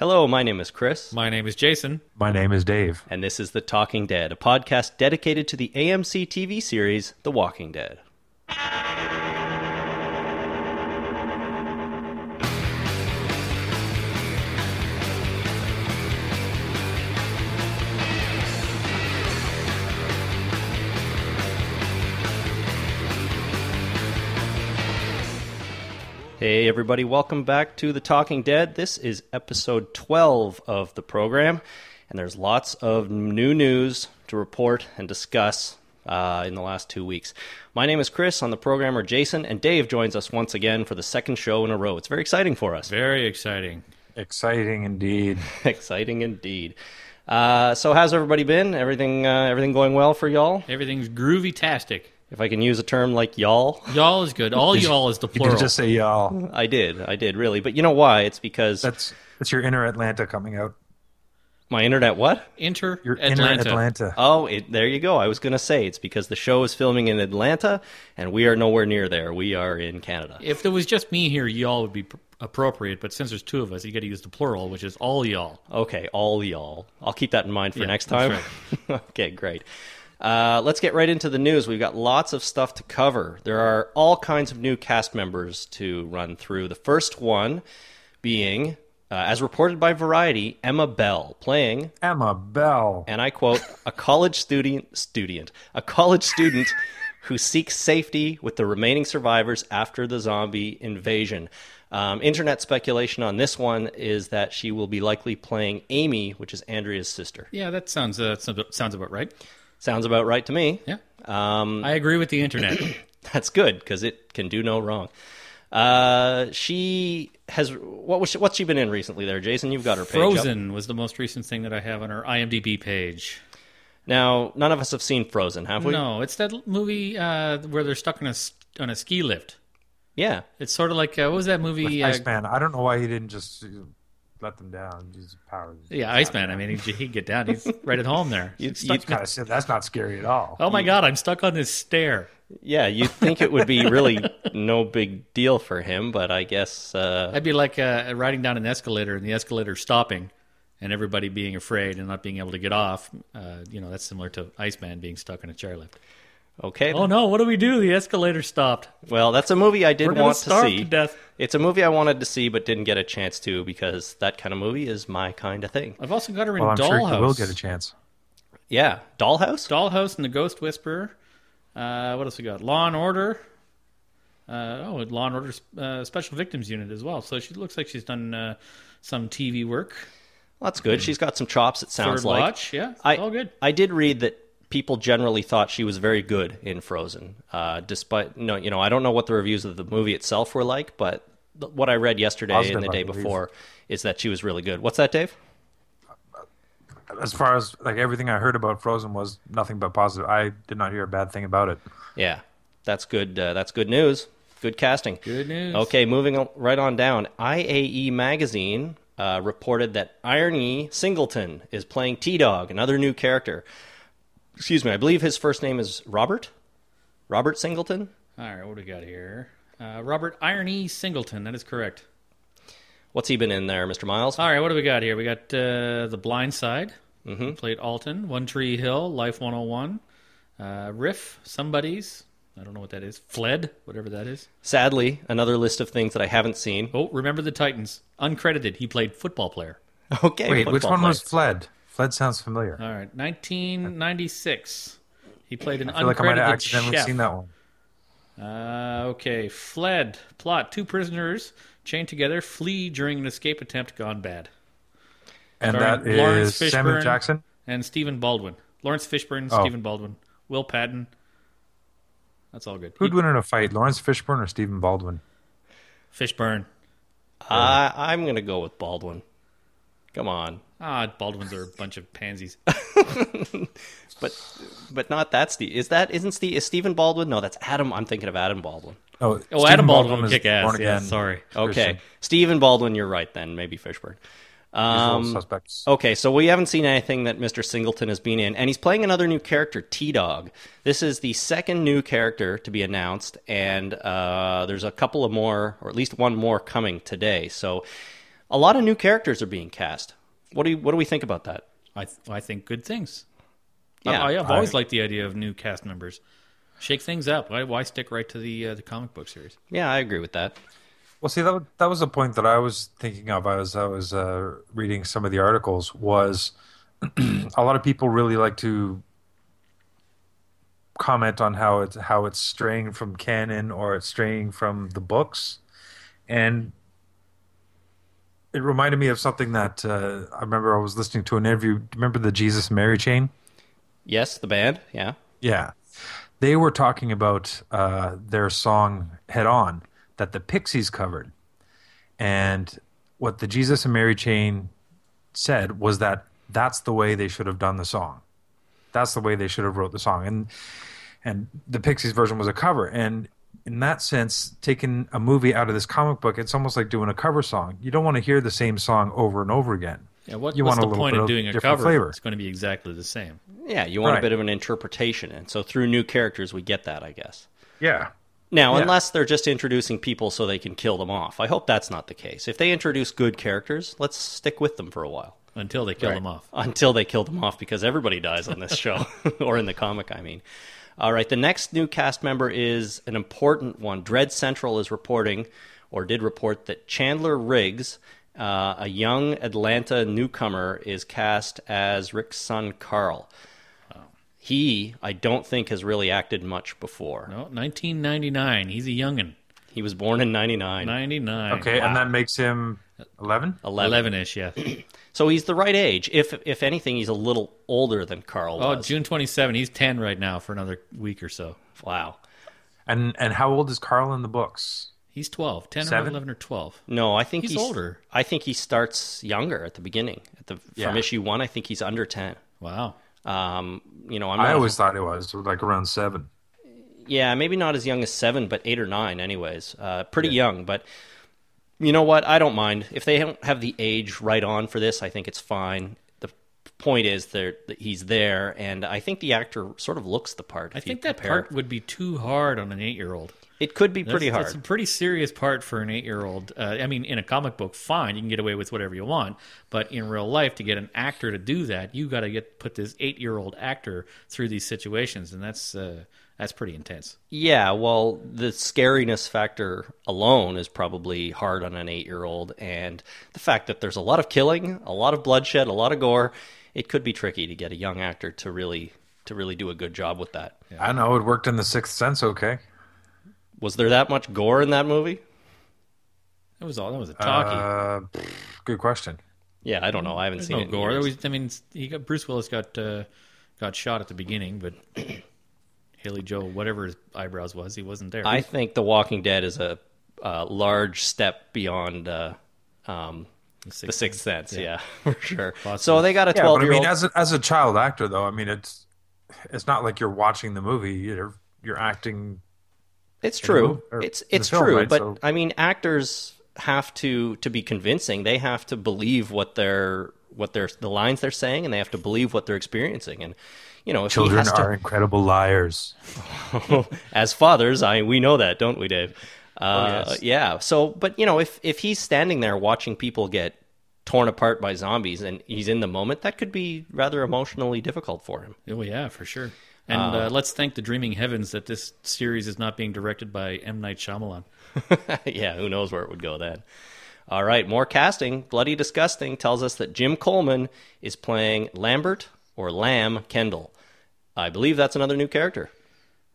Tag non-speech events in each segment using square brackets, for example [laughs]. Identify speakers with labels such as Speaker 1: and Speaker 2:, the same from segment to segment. Speaker 1: Hello, my name is Chris,
Speaker 2: My name is Jason.
Speaker 3: My name is Dave.
Speaker 1: and this is The Talking Dead, a podcast dedicated to the AMC TV series The Walking Dead. Hey, everybody, welcome back to The Talking Dead. This is episode 12 of the program, and there's lots of new news to report and discuss uh, in the last two weeks. My name is Chris, on the program are Jason, and Dave joins us once again for the second show in a row. It's very exciting for us.
Speaker 2: Very exciting.
Speaker 3: Exciting indeed.
Speaker 1: [laughs] exciting indeed. Uh, so, how's everybody been? Everything, uh, everything going well for y'all?
Speaker 2: Everything's groovy tastic.
Speaker 1: If I can use a term like y'all, [laughs]
Speaker 2: Y'all is good. All y'all is the
Speaker 3: You
Speaker 2: plural.
Speaker 3: can just say y'all.
Speaker 1: I did, I did really. But you know why? It's because
Speaker 3: That's that's your inner Atlanta coming out.
Speaker 1: my internet. What?
Speaker 2: Enter
Speaker 3: Your inner
Speaker 2: Atlanta.
Speaker 3: Atlanta.
Speaker 1: Oh, it, there you go. I was going to say it's because the show is filming in Atlanta, and we are nowhere near there. We are in Canada.
Speaker 2: If there was just me here, y'all would be pr- appropriate. But since there's two of us, you got to use the plural, which is all y'all.
Speaker 1: Okay, all y'all. I'll keep that in mind for
Speaker 2: Yeah,
Speaker 1: next time.
Speaker 2: that's
Speaker 1: [laughs] okay, great. Uh, let's get right into the news. We've got lots of stuff to cover. There are all kinds of new cast members to run through. The first one being, uh, as reported by Variety, Emma Bell playing
Speaker 3: Emma Bell.
Speaker 1: and I quote, a college student, student, a college student who seeks safety with the remaining survivors after the zombie invasion. Um, internet speculation on this one is that she will be likely playing Amy, which is Andrea's sister.
Speaker 2: Yeah, that sounds uh, sounds- sounds about right.
Speaker 1: Sounds about right to me.
Speaker 2: Yeah. Um, I agree with the internet.
Speaker 1: That's good because it can do no wrong. Uh, she has what was she, what's she been in recently? There, Jason, you've got her page up.
Speaker 2: Frozen was the most recent thing that I have on our IMDb page.
Speaker 1: Now, none of us have seen Frozen, have we?
Speaker 2: No, it's that l- movie uh, where they're stuck on a s- on a ski lift.
Speaker 1: Yeah,
Speaker 2: It's sort of like uh, what was that movie? uh,
Speaker 3: Iceman. I don't know why he didn't just uh, let them down. Use powers.
Speaker 2: Yeah, Iceman. I mean, he, he'd get down. He's right at home [laughs] there. Stuck-
Speaker 3: That's, kinda, si- that's not scary at all.
Speaker 2: oh my God, I'm stuck on this stair.
Speaker 1: Yeah, you'd think it would be really
Speaker 2: [laughs]
Speaker 1: no big deal for him, but I guess uh,
Speaker 2: I'd be like uh, riding down an escalator and the escalator stopping, and everybody being afraid and not being able to get off. Uh, you know, that's similar to Iceman being stuck in a chairlift.
Speaker 1: okay.
Speaker 2: Oh no, what do we do? The escalator stopped.
Speaker 1: Well, that's a movie I did
Speaker 2: We're gonna
Speaker 1: want to
Speaker 2: starve
Speaker 1: see.
Speaker 2: to death.
Speaker 1: It's a movie I wanted to see but didn't get a chance to because that kind of movie is my kind of thing.
Speaker 2: I've also got her in
Speaker 3: Well, I'm sure
Speaker 2: Dollhouse.
Speaker 3: you will get a chance.
Speaker 1: Yeah, Dollhouse.
Speaker 2: Dollhouse and the Ghost Whisperer. Uh, what else we got? Law and Order. Uh, oh, and Law and Order uh, Special Victims Unit as well. So she looks like she's done uh, some TV work.
Speaker 1: Well, that's good. She's got some chops. It sounds
Speaker 2: Third
Speaker 1: like.
Speaker 2: watch, yeah, it's
Speaker 1: I,
Speaker 2: all good.
Speaker 1: I did read that people generally thought she was very good in Frozen, uh, despite no, you know, I don't know what the reviews of the movie itself were like, but th- what I read yesterday
Speaker 3: Positive,
Speaker 1: and the
Speaker 3: I
Speaker 1: day
Speaker 3: believe.
Speaker 1: before is that she was really good. What's that, Dave?
Speaker 3: As far as like everything I heard about Frozen was nothing but positive. I did not hear a bad thing about it.
Speaker 1: Yeah, that's good. Uh, that's good news. Good casting.
Speaker 2: Good news.
Speaker 1: Okay, moving on, right on down. IAE magazine uh, reported that Irony Singleton is playing T Dog, another new character. Excuse me, I believe his first name is Robert. Robert Singleton.
Speaker 2: All right, what do we got here? Uh, Robert Irony Singleton. That is correct.
Speaker 1: What's he been in there, Mr. Miles?
Speaker 2: All right, what do we got here? We got uh, The Blind Side. who
Speaker 3: Mm-hmm.
Speaker 2: Played Alton, One Tree Hill, Life 101, uh, Riff, Somebody's. I don't know what that is. Fled, whatever that is.
Speaker 1: Sadly, another list of things that I haven't seen.
Speaker 2: Oh, remember the Titans. Uncredited. He played football player.
Speaker 1: Okay,
Speaker 3: Wait, which
Speaker 1: football
Speaker 3: one
Speaker 1: player.
Speaker 3: was Fled? Fled sounds familiar.
Speaker 2: All right, 1996. He played an
Speaker 3: I feel like I might
Speaker 2: uncredited
Speaker 3: have accidentally
Speaker 2: chef.
Speaker 3: seen that one.
Speaker 2: Uh, okay, fled. Plot: Two prisoners chained together flee during an escape attempt gone bad.
Speaker 3: And
Speaker 2: Starring
Speaker 3: that
Speaker 2: Lawrence
Speaker 3: is Samuel
Speaker 2: Fishburne.
Speaker 3: Jackson.
Speaker 2: And Stephen Baldwin, Lawrence Fishburne,
Speaker 3: Oh.
Speaker 2: Stephen Baldwin, Will Patton. That's all good. E- He-
Speaker 3: Who'd win in a fight, Lawrence Fishburne or Stephen Baldwin?
Speaker 2: Fishburne.
Speaker 1: Uh, I'm going to go with Baldwin. Come on.
Speaker 2: Ah, Baldwins are a bunch of pansies.
Speaker 1: But but not that Steve. Is that isn't Steve is Stephen Baldwin? No, that's Adam. I'm thinking of Adam Baldwin.
Speaker 3: Oh,
Speaker 2: Oh,
Speaker 3: Stephen
Speaker 2: Adam Baldwin,
Speaker 3: is
Speaker 2: would kick ass.
Speaker 3: born
Speaker 2: Yeah,
Speaker 3: again.
Speaker 2: sorry.
Speaker 1: Okay.
Speaker 3: Christian.
Speaker 1: Stephen Baldwin, you're right then. Maybe Fishburne.
Speaker 3: Usual
Speaker 1: Um,
Speaker 2: oh.
Speaker 3: suspects.
Speaker 1: okay, so we haven't seen anything that Mr. Singleton has been in, and he's playing another new character, T Dog. This is the second new character to be announced, and uh, there's a couple of more, or at least one more, coming today. So a lot of new characters are being cast. What do you, what do we think about that?
Speaker 2: I th- I think good things.
Speaker 3: Uh,
Speaker 1: Yeah.
Speaker 2: I, have always liked the idea of new cast members. Shake things up. Why, why stick right to the uh, the comic book series?
Speaker 1: Yeah, I agree with that.
Speaker 3: Well, see, that wa- that was a point that I was thinking of as I was uh, reading some of the articles. Was [clears throat] a lot of people really like to comment on how it's how it's straying from canon or it's straying from the books, and it reminded me of something that uh, I remember I was listening to an interview. Remember the Jesus and Mary chain?
Speaker 1: Yes, the band. Yeah.
Speaker 3: Yeah. They were talking about uh, their song Head On that the Pixies covered. And what the Jesus and Mary Chain said was that that's the way they should have done the song. That's the way they should have wrote the song. And and the Pixies version was a cover. And in that sense, taking a movie out of this comic book, it's almost like doing a cover song. You don't want to hear the same song over and over again.
Speaker 2: Yeah, what,
Speaker 3: You
Speaker 2: what's
Speaker 3: want a
Speaker 2: the
Speaker 3: little
Speaker 2: point
Speaker 3: bit
Speaker 2: of
Speaker 3: of
Speaker 2: doing a
Speaker 3: different
Speaker 2: cover?
Speaker 3: flavor.
Speaker 2: It's going to be exactly the same.
Speaker 1: Yeah, you want a
Speaker 3: Right.
Speaker 1: bit of an interpretation. And so through new characters, we get that, I guess.
Speaker 3: Yeah.
Speaker 1: Now,
Speaker 3: Yeah.
Speaker 1: unless they're just introducing people so they can kill them off. I hope that's not the case. If they introduce good characters, let's stick with them for a while
Speaker 2: Until they kill them off.
Speaker 1: until they kill them off because everybody dies on this
Speaker 2: [laughs]
Speaker 1: show [laughs] or in the comic, I mean. All right, the next new cast member is an important one. Dread Central is reporting or did report that Chandler Riggs, uh, a young Atlanta newcomer, is cast as Rick's son Carl.
Speaker 2: Oh.
Speaker 1: He, I don't think, has really acted much before.
Speaker 2: No, 1999. He's a youngin.
Speaker 1: He was born in 99.
Speaker 2: 99.
Speaker 3: Okay. And that makes him 11?
Speaker 1: 11.
Speaker 2: 11 ish, yeah.
Speaker 1: So he's the right age. If if anything, he's a little older than Carl
Speaker 2: Oh,
Speaker 1: was.
Speaker 2: June 27. He's 10 right now for another week or so.
Speaker 1: Wow.
Speaker 3: And and how old is Carl in the books?
Speaker 2: He's 12. 10 or
Speaker 3: Seven?
Speaker 2: 11 or 12.
Speaker 1: No, I think
Speaker 2: He's
Speaker 1: he's,
Speaker 2: older.
Speaker 1: I think he starts younger at the beginning. At the
Speaker 3: Yeah.
Speaker 1: from issue one, I think he's under ten.
Speaker 2: Wow.
Speaker 1: Um, you know, I'm not,
Speaker 3: I always thought it was like around seven.
Speaker 1: yeah, maybe not as young as seven, but eight or nine, anyways. Uh, pretty young, but you know what? I don't mind if they don't have the age right on for this. I think it's fine. The point is there that he's there, and I think the actor sort of looks the part.
Speaker 2: I
Speaker 1: if you
Speaker 2: think that
Speaker 1: compare.
Speaker 2: part would be too hard on an eight year old.
Speaker 1: it could be pretty
Speaker 2: That's-
Speaker 1: hard.
Speaker 2: That's a pretty serious part for an eight-year-old. Uh, I mean, in a comic book, fine, you can get away with whatever you want, but in real life, to get an actor to do that, you got to get put this eight-year-old actor through these situations, and that's uh, that's pretty intense.
Speaker 1: Yeah, well, the scariness factor alone is probably hard on an eight year old. And the fact that there's a lot of killing, a lot of bloodshed, a lot of gore, it could be tricky to get a young actor to really to really do a good job with that.
Speaker 3: I don't know. It worked in the Sixth Sense. Okay.
Speaker 1: Was there that much gore in that movie?
Speaker 2: That was all. That was a talkie.
Speaker 3: Uh, pff, good question.
Speaker 1: Yeah, I don't know. I haven't
Speaker 2: There's
Speaker 1: seen
Speaker 2: no
Speaker 1: it. in
Speaker 2: gore. There
Speaker 1: years.
Speaker 2: was. I mean, he got Bruce Willis got uh, got shot at the beginning, but [clears throat] Haley Joel, whatever his eyebrows was, he wasn't there.
Speaker 1: I think The Walking Dead is a, uh large step beyond uh, um, The Sixth Sense. Yeah, [laughs] for sure. So they got a
Speaker 3: Yeah, but
Speaker 1: 12
Speaker 3: I
Speaker 1: year
Speaker 3: mean,
Speaker 1: old.
Speaker 3: as a, as a child actor, though, I mean, it's it's not like you're watching the movie. You're you're acting.
Speaker 1: It's
Speaker 3: in the
Speaker 1: true.
Speaker 3: mov- or
Speaker 1: it's
Speaker 3: in the
Speaker 1: it's
Speaker 3: film,
Speaker 1: true,
Speaker 3: right?
Speaker 1: but
Speaker 3: So-
Speaker 1: I mean, actors have to to be convincing. They have to believe what they're what they're the lines they're saying, and they have to believe what they're experiencing. And you know, if he
Speaker 3: Children
Speaker 1: has to, [laughs]
Speaker 3: are incredible liars.
Speaker 1: as fathers, I we know that, don't we, Dave? Uh,
Speaker 3: Oh, yes.
Speaker 1: Yeah. So, but you know, if if he's standing there watching people get torn apart by zombies and he's in the moment, that could be rather emotionally difficult for him.
Speaker 2: Oh yeah, for sure. And uh, let's thank the dreaming heavens that this series is not being directed by M Night Shyamalan.
Speaker 1: [laughs] yeah, who knows where it would go then. All right, more casting. Bloody Disgusting tells us that Jim Coleman is playing Lambert or Lamb Kendall. I believe that's another new character.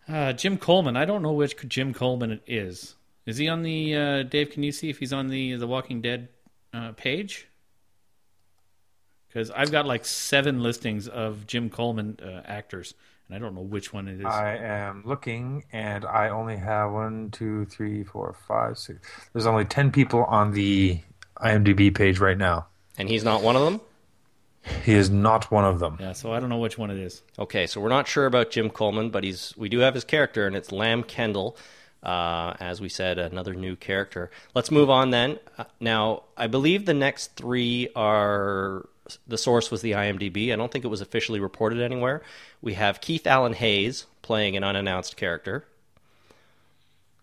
Speaker 2: Uh, Jim Coleman. I don't know which Jim Coleman it is. Is he on the uh, Dave? Can you see if he's on the The Walking Dead uh, page? Because I've got like seven listings of Jim Coleman uh, actors, and I don't know which one it is.
Speaker 3: I am looking, and I only have one, two, three, four, five, six. There's only ten people on the IMDb page right now.
Speaker 1: And he's not one of them?
Speaker 3: He is not one of them.
Speaker 2: yeah, so I don't know which one it is.
Speaker 1: Okay, so we're not sure about Jim Coleman, but he's we do have his character, and it's Lamb Kendall. Uh, as we said, another new character. Let's move on then. Uh, now, I believe the next three are the source was the IMDb. I don't think it was officially reported anywhere. We have Keith Allen Hayes playing an unannounced character.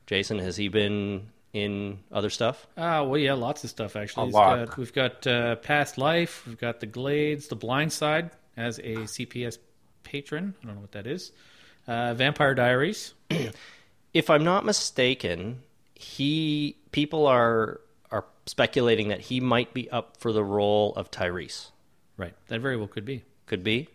Speaker 1: Jason, has he been in other stuff?
Speaker 2: Ah, well, yeah, lots of stuff actually.
Speaker 3: A
Speaker 2: He's
Speaker 3: lot.
Speaker 2: Got, we've got uh, Past Life. We've got The Glades, The Blind Side as a CPS patron. I don't know what that is. Uh, Vampire Diaries.
Speaker 1: If I'm not mistaken, he people are are speculating that he might be up for the role of Tyrese.
Speaker 2: Right, that very well could be.
Speaker 1: Could be.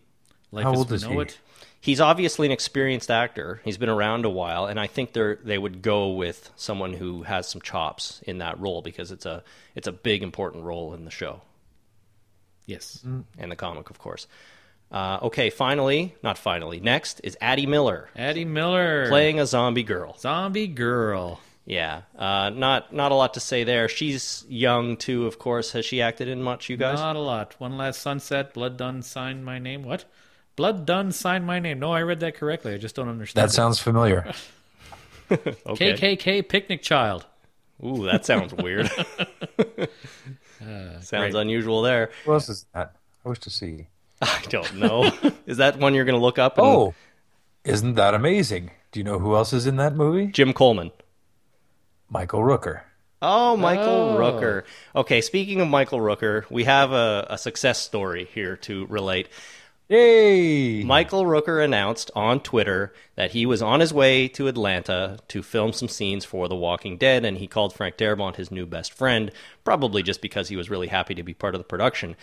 Speaker 2: Life
Speaker 3: How
Speaker 2: as
Speaker 3: old
Speaker 2: we
Speaker 3: is
Speaker 2: know
Speaker 3: he?
Speaker 2: it.
Speaker 1: He's obviously an experienced actor. He's been around a while, and I think they they would go with someone who has some chops in that role because it's a it's a big important role in the show.
Speaker 2: Yes.
Speaker 3: Mm.
Speaker 1: and the comic, of course. Uh, okay, finally, not finally, next is Addie Miller
Speaker 2: Addie Miller.
Speaker 1: playing a zombie girl.
Speaker 2: Zombie Girl.
Speaker 1: Yeah, uh, not not a lot to say there. She's young too, of course. Has she acted in much, you guys?
Speaker 2: Not a lot. One Last Sunset. Blood Done Sign My Name. What? Blood Done Sign My Name. No, I read that correctly. I just don't understand.
Speaker 3: That sounds familiar.
Speaker 1: okay.
Speaker 2: KKK Picnic Child.
Speaker 1: Ooh, that sounds weird. [laughs] sounds unusual there.
Speaker 3: Who else is that? I wish to see.
Speaker 1: I don't know. is that one you're going to look up? and-
Speaker 3: Oh, isn't that amazing? Do you know who else is in that movie?
Speaker 1: Jim Coleman.
Speaker 3: Michael Rooker.
Speaker 1: Oh, Michael
Speaker 2: Oh.
Speaker 1: Rooker. Okay, speaking of Michael Rooker, we have a, a success story here to relate.
Speaker 3: Yay!
Speaker 1: Michael Rooker announced on Twitter that he was on his way to Atlanta to film some scenes for The Walking Dead, and he called Frank Darabont his new best friend, probably just because he was really happy to be part of the production.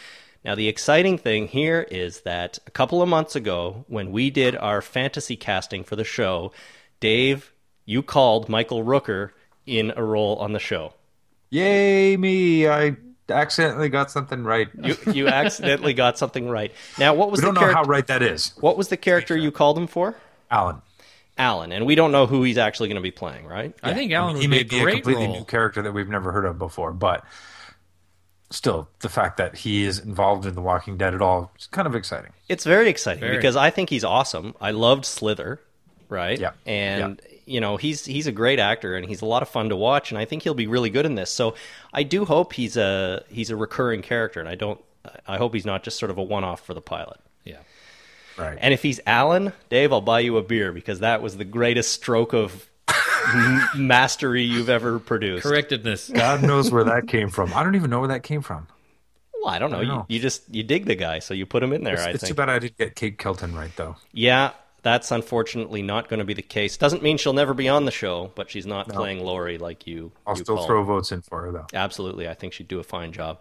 Speaker 1: Now, the exciting thing here is that a couple of months ago, when we did our fantasy casting for the show, Dave, you called Michael Rooker in a role on the show.
Speaker 3: Yay me! I accidentally got something right.
Speaker 1: You, you
Speaker 3: [laughs]
Speaker 1: accidentally got something right. Now, what was
Speaker 3: we don't
Speaker 1: the
Speaker 3: know how
Speaker 1: character?
Speaker 3: right that is,
Speaker 1: What was the character you called him for?
Speaker 3: Alan.
Speaker 1: Allen, and we don't know who he's actually going to be playing, right?
Speaker 2: I think Alan
Speaker 3: he
Speaker 2: would
Speaker 3: may
Speaker 2: be a
Speaker 3: be a
Speaker 2: great
Speaker 3: completely
Speaker 2: role.
Speaker 3: new character that we've never heard of before, but still, the fact that he is involved in The Walking Dead at all is kind of exciting.
Speaker 1: It's very exciting
Speaker 2: Very.
Speaker 1: because I think he's awesome. I loved Slither, right?
Speaker 3: Yeah.
Speaker 1: And you know, he's he's a great actor and he's a lot of fun to watch and I think he'll be really good in this. So I do hope he's a he's a recurring character and I don't I hope he's not just sort of a one-off for the pilot.
Speaker 2: yeah.
Speaker 3: Right.
Speaker 1: And if he's Alan, Dave, I'll buy you a beer because that was the greatest stroke of m- mastery you've ever produced.
Speaker 2: Correctedness.
Speaker 3: God knows where that came from. I don't even know where that came from.
Speaker 1: Well, I don't know.
Speaker 3: know.
Speaker 1: You, you just you dig the guy, so you put him in there. I
Speaker 3: it's
Speaker 1: think.
Speaker 3: too bad I didn't get Kate Kelton right, though.
Speaker 1: Yeah, that's unfortunately not going to be the case. Doesn't mean she'll never be on the show, but she's not playing Lori like you.
Speaker 3: I'll
Speaker 1: you
Speaker 3: still
Speaker 1: called.
Speaker 3: throw votes in for her, though.
Speaker 1: Absolutely, I think she'd do a fine job.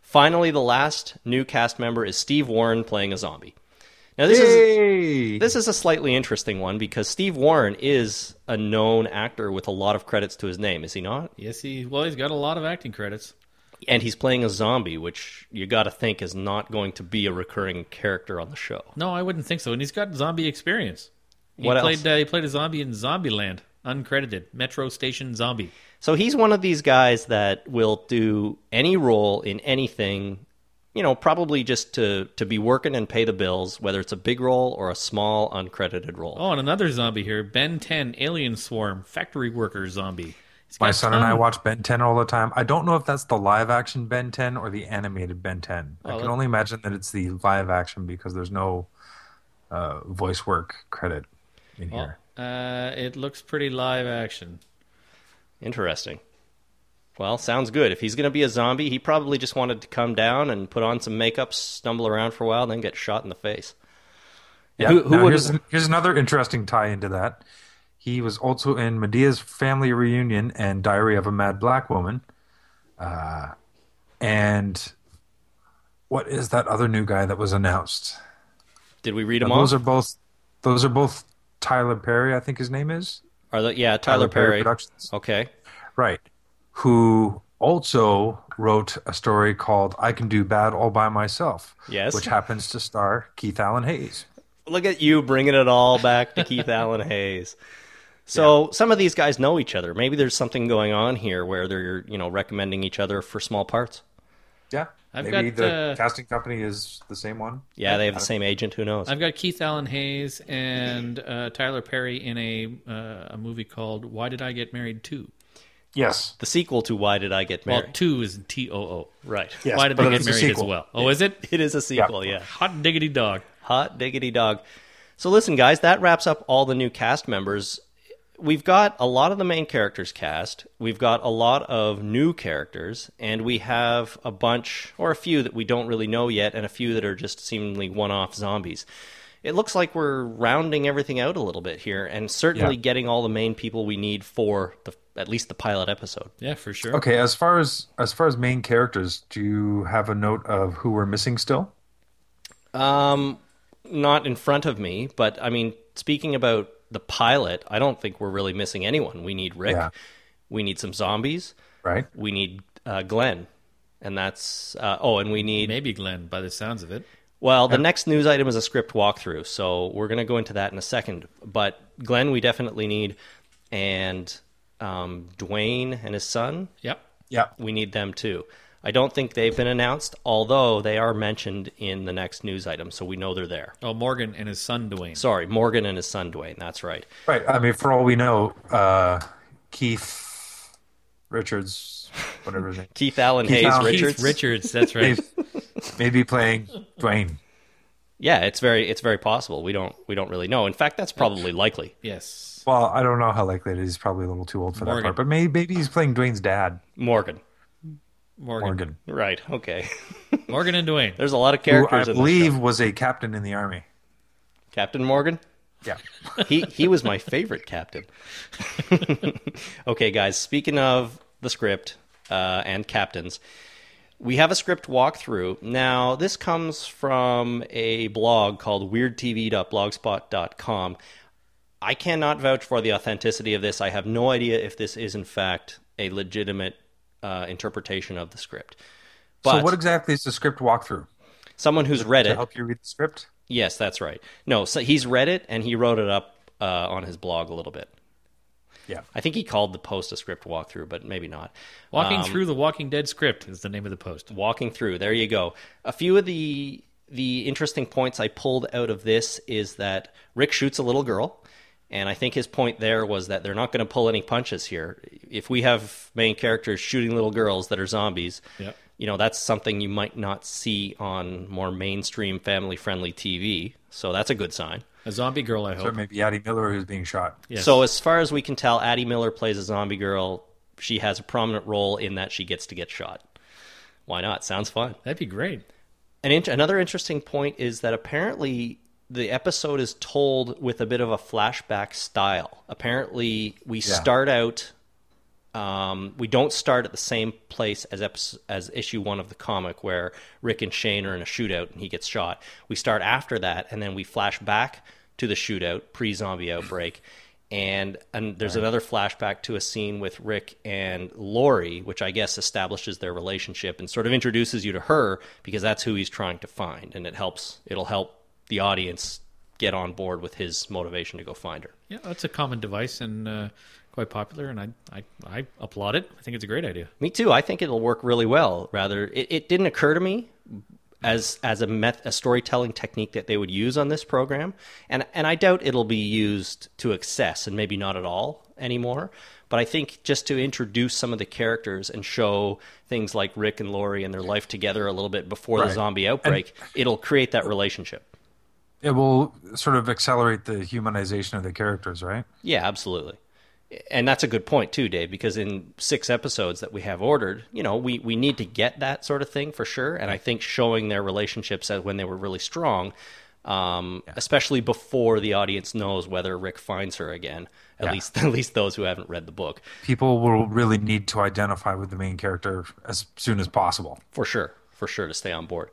Speaker 1: Finally, the last new cast member is Steve Warren playing a zombie. Now this is
Speaker 3: Yay!
Speaker 1: this is a slightly interesting one because Steve Warren is a known actor with a lot of credits to his name, is he not?
Speaker 2: yes, he. Well, he's got a lot of acting credits.
Speaker 1: And he's playing a zombie, which you got to think is not going to be a recurring character on the show.
Speaker 2: No, I wouldn't think so. And he's got zombie experience. He
Speaker 1: What else?
Speaker 2: played, Uh, he played a zombie in Zombieland, uncredited Metro Station Zombie.
Speaker 1: So he's one of these guys that will do any role in anything, you know, probably just to to be working and pay the bills, whether it's a big role or a small uncredited role.
Speaker 2: Oh, and another zombie here, Ben 10, Alien Swarm, Factory Worker Zombie. He's
Speaker 3: My
Speaker 2: got
Speaker 3: son and I
Speaker 2: tons-
Speaker 3: watch Ben 10 all the time. I don't know if that's the live action Ben 10 or the animated Ben 10. I
Speaker 2: Oh,
Speaker 3: can
Speaker 2: that-
Speaker 3: only imagine that it's the live action because there's no uh, voice work credit in
Speaker 2: Well,
Speaker 3: here.
Speaker 2: uh, it looks pretty live action.
Speaker 1: Interesting. Well, sounds good. If he's going to be a zombie, he probably just wanted to come down and put on some makeup, stumble around for a while, then get shot in the face.
Speaker 3: Yeah.
Speaker 1: who- who
Speaker 3: Now,
Speaker 1: would-
Speaker 3: here's, an- here's another interesting tie into that. He was also in Medea's Family Reunion and Diary of a Mad Black Woman. Uh, and what is that other new guy that was announced?
Speaker 1: Did we read him
Speaker 3: Now, those
Speaker 1: off?
Speaker 3: are both. Those are both Tyler Perry, I think his name is.
Speaker 1: Are the, yeah, Tyler, Perry.
Speaker 3: Productions.
Speaker 1: Okay.
Speaker 3: Right. Who also wrote a story called I Can Do Bad All By Myself.
Speaker 1: Yes.
Speaker 3: Which happens to star Keith Allen Hayes.
Speaker 1: Look at you bringing it all back to [laughs] Keith Allen Hayes. So some of these guys know each other. Maybe there's something going on here where they're you know recommending each other for small parts.
Speaker 3: Yeah.
Speaker 2: I've
Speaker 3: Maybe
Speaker 2: got,
Speaker 3: the
Speaker 2: uh,
Speaker 3: casting company is the same one.
Speaker 1: Yeah, they have the same agent. Who knows?
Speaker 2: I've got Keith Allen Hayes and uh, Tyler Perry in a uh, a movie called Why Did I Get Married 2?
Speaker 3: Yes.
Speaker 1: the sequel to Why Did I Get
Speaker 2: Well,
Speaker 1: Married?
Speaker 2: 2 is T O O.
Speaker 1: right.
Speaker 3: Yes,
Speaker 2: Why Did
Speaker 3: but
Speaker 2: I Get
Speaker 3: it's a
Speaker 2: Married as
Speaker 3: sequel.
Speaker 2: well? Oh, is it?
Speaker 1: [laughs] It is a sequel.
Speaker 3: Yeah.
Speaker 1: Yeah.
Speaker 2: Hot diggity dog.
Speaker 1: Hot diggity dog. So listen, guys, that wraps up all the new cast members. we've got a lot of the main characters cast. We've got a lot of new characters, and we have a bunch or a few that we don't really know yet, and a few that are just seemingly one-off zombies. It looks like we're rounding everything out a little bit here, and certainly
Speaker 3: Yeah.
Speaker 1: getting all the main people we need for the at least the pilot episode.
Speaker 2: Yeah, for sure.
Speaker 3: Okay, as far as as far as main characters, do you have a note of who we're missing still?
Speaker 1: Um, not in front of me, but I mean, speaking about the pilot, I don't think we're really missing anyone. We need Rick.
Speaker 3: Yeah.
Speaker 1: We need some zombies.
Speaker 3: Right.
Speaker 1: We need uh, Glenn, and that's uh, oh, and we need
Speaker 2: Maybe Glenn, by the sounds of it.
Speaker 1: well. The next news item is a script walkthrough, so we're gonna go into that in a second. But Glenn, we definitely need, and um, Dwayne and his son,
Speaker 2: Yep.
Speaker 3: Yeah.
Speaker 1: we need them too. I don't think they've been announced, although they are mentioned in the next news item, so we know they're there.
Speaker 2: Oh, Morgan and his son Dwayne.
Speaker 1: Sorry, Morgan and his son Dwayne. That's right.
Speaker 3: Right. I mean, for all we know, uh, Keith Richards, whatever his name,
Speaker 1: Keith Allen
Speaker 3: Keith
Speaker 1: Hayes
Speaker 3: Allen.
Speaker 2: Keith
Speaker 1: Richards.
Speaker 2: Richards, that's right.
Speaker 3: Keith, maybe playing Dwayne.
Speaker 1: Yeah, it's very it's very possible. We don't we don't really know. In fact, that's probably likely.
Speaker 2: yes.
Speaker 3: Well, I don't know how likely it is. He's probably a little too old for
Speaker 2: Morgan.
Speaker 3: that part, but maybe, maybe he's playing Dwayne's dad,
Speaker 1: Morgan.
Speaker 2: Morgan. Morgan.
Speaker 3: Morgan,
Speaker 1: Right. Okay.
Speaker 2: and Dwayne.
Speaker 1: There's a lot of
Speaker 3: who I
Speaker 1: characters in this
Speaker 3: believe
Speaker 1: show.
Speaker 3: was a captain in the army.
Speaker 1: Captain Morgan. [laughs]
Speaker 3: Yeah.
Speaker 1: He he was my favorite captain. [laughs] okay, guys. Speaking of the script uh, and captains, we have a script walkthrough. Now, this comes from a blog called weirdtv.blogspot.com. I cannot vouch for the authenticity of this. I have no idea if this is, in fact, a legitimate uh, interpretation of the script. But
Speaker 3: so, what exactly is the script walkthrough
Speaker 1: someone who's read
Speaker 3: to
Speaker 1: it,
Speaker 3: help you read the script?
Speaker 1: yes, that's right. No, so he's read it and he wrote it up uh, on his blog a little bit.
Speaker 3: Yeah.
Speaker 1: I think he called the post a script walkthrough, but maybe not. Um,
Speaker 2: Walking through the Walking Dead script is the name of the post.
Speaker 1: walking through. There you go. A few of the the interesting points I pulled out of this is that Rick shoots a little girl, and I think his point there was that they're not going to pull any punches here. If we have main characters shooting little girls that are zombies,
Speaker 2: Yep.
Speaker 1: you know that's something you might not see on more mainstream family friendly TV. So that's a good sign.
Speaker 2: A zombie girl, I
Speaker 3: Or
Speaker 2: hope.
Speaker 3: maybe Addie Miller who's being shot.
Speaker 2: Yes.
Speaker 1: So as far as we can tell, Addie Miller plays a zombie girl. She has a prominent role in that she gets to get shot. Why not? Sounds fun.
Speaker 2: That'd be great.
Speaker 1: An int- another interesting point is that apparently the episode is told with a bit of a flashback style. Apparently, we start out. Um, we don't start at the same place as episode, as issue one of the comic, where Rick and Shane are in a shootout and he gets shot. We start after that, and then we flash back to the shootout pre-zombie outbreak, and and there's another flashback to a scene with Rick and Lori, which I guess establishes their relationship and sort of introduces you to her because that's who he's trying to find, and it helps. It'll help the audience get on board with his motivation to go find her.
Speaker 2: Yeah, that's a common device and uh, quite popular, and I, I, I applaud it. I think it's a great idea.
Speaker 1: Me too. I think it'll work really well. Rather, it, it didn't occur to me as as a meth, a storytelling technique that they would use on this program, and and I doubt it'll be used to excess and maybe not at all anymore. But I think just to introduce some of the characters and show things like Rick and Lori and their life together a little bit before the
Speaker 3: Right.
Speaker 1: zombie outbreak, it'll create that relationship.
Speaker 3: It will sort of accelerate the humanization of the characters, right?
Speaker 1: Yeah, absolutely. And that's a good point too, Dave, because in six episodes that we have ordered, you know, we, we need to get that sort of thing for sure. And I think showing their relationships as when they were really strong, um, especially before the audience knows whether Rick finds her again, at least [laughs] at least those who haven't read the book,
Speaker 3: People will really need to identify with the main character as soon as possible.
Speaker 1: for sure, for sure to stay on board.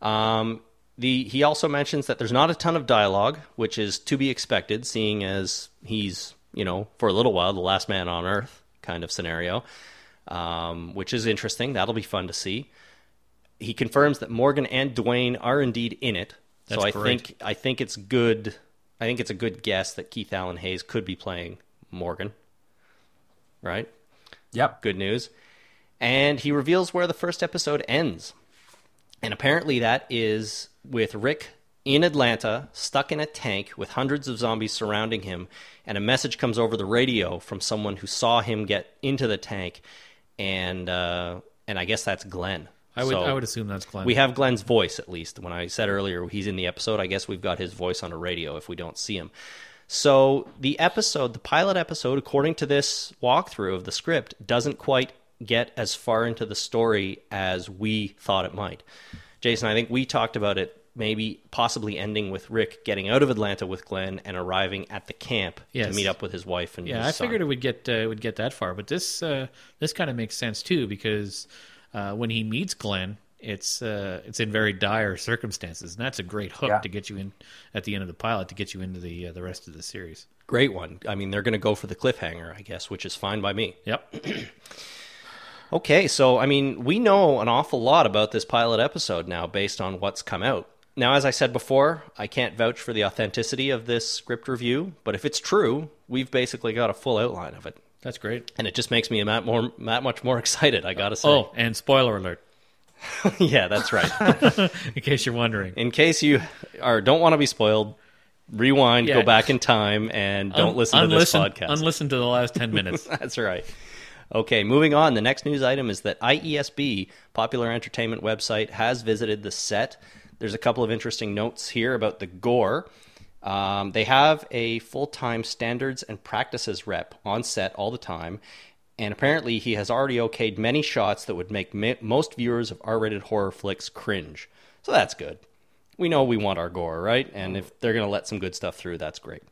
Speaker 1: Um, the he also mentions that there's not a ton of dialogue, which is to be expected, seeing as he's you know for a little while the last man on earth kind of scenario, um, which is interesting. That'll be fun to see. He confirms that Morgan and Dwayne are indeed in it,
Speaker 2: That's
Speaker 1: so I
Speaker 2: great.
Speaker 1: think I think it's good. I think it's a good guess that Keith Allen Hayes could be playing Morgan, right?
Speaker 3: Yep.
Speaker 1: good news. And he reveals where the first episode ends. And apparently, that is with Rick in Atlanta, stuck in a tank with hundreds of zombies surrounding him. And a message comes over the radio from someone who saw him get into the tank. And, uh, and I guess that's Glenn.
Speaker 2: I would,
Speaker 1: So
Speaker 2: I would assume that's Glenn.
Speaker 1: We have Glenn's voice, at least. When I said earlier he's in the episode, I guess we've got his voice on a radio if we don't see him. So the episode, the pilot episode, according to this walkthrough of the script, doesn't quite get as far into the story as we thought it might. Jason, I think we talked about it maybe possibly ending with Rick getting out of Atlanta with Glenn and arriving at the camp to
Speaker 2: Yes.
Speaker 1: meet up with his wife and
Speaker 2: Yeah,
Speaker 1: his
Speaker 2: I
Speaker 1: son.
Speaker 2: figured it would get uh, it would get that far, but this uh, this kind of makes sense too because uh, when he meets Glenn, it's uh, it's in very dire circumstances, and that's a great hook
Speaker 3: Yeah.
Speaker 2: to get you in at the end of the pilot to get you into the uh, the rest of the series.
Speaker 1: Great one. I mean, they're going to go for the cliffhanger, I guess, which is fine by me.
Speaker 2: Yep.
Speaker 3: [clears throat]
Speaker 1: Okay, so I mean, we know an awful lot about this pilot episode now based on what's come out. Now, as I said before, I can't vouch for the authenticity of this script review, but if it's true, we've basically got a full outline of it.
Speaker 2: That's great.
Speaker 1: And it just makes me that, more, that much more [laughs] excited, I gotta say.
Speaker 2: Oh, and spoiler alert,
Speaker 1: [laughs] yeah, that's right.
Speaker 2: [laughs] in case you're wondering.
Speaker 3: [laughs]
Speaker 1: In case you are, don't want to be spoiled, rewind, go
Speaker 2: Yeah.
Speaker 1: back in time, and don't
Speaker 2: Un-
Speaker 1: listen to this
Speaker 2: unlisten-
Speaker 1: podcast.
Speaker 2: Unlisten to the last
Speaker 3: [laughs]
Speaker 2: 10
Speaker 1: [laughs]
Speaker 2: minutes.
Speaker 1: That's right. Okay, moving on. The next news item is that IESB, popular entertainment website, has visited the set. There's a couple of interesting notes here about the gore. Um, they have a full time standards and practices rep on set all the time. And apparently, he has already okayed many shots that would make ma- most viewers of R rated horror flicks cringe. So that's good. We know we want our gore, right? And if they're going to let some good stuff through, that's great.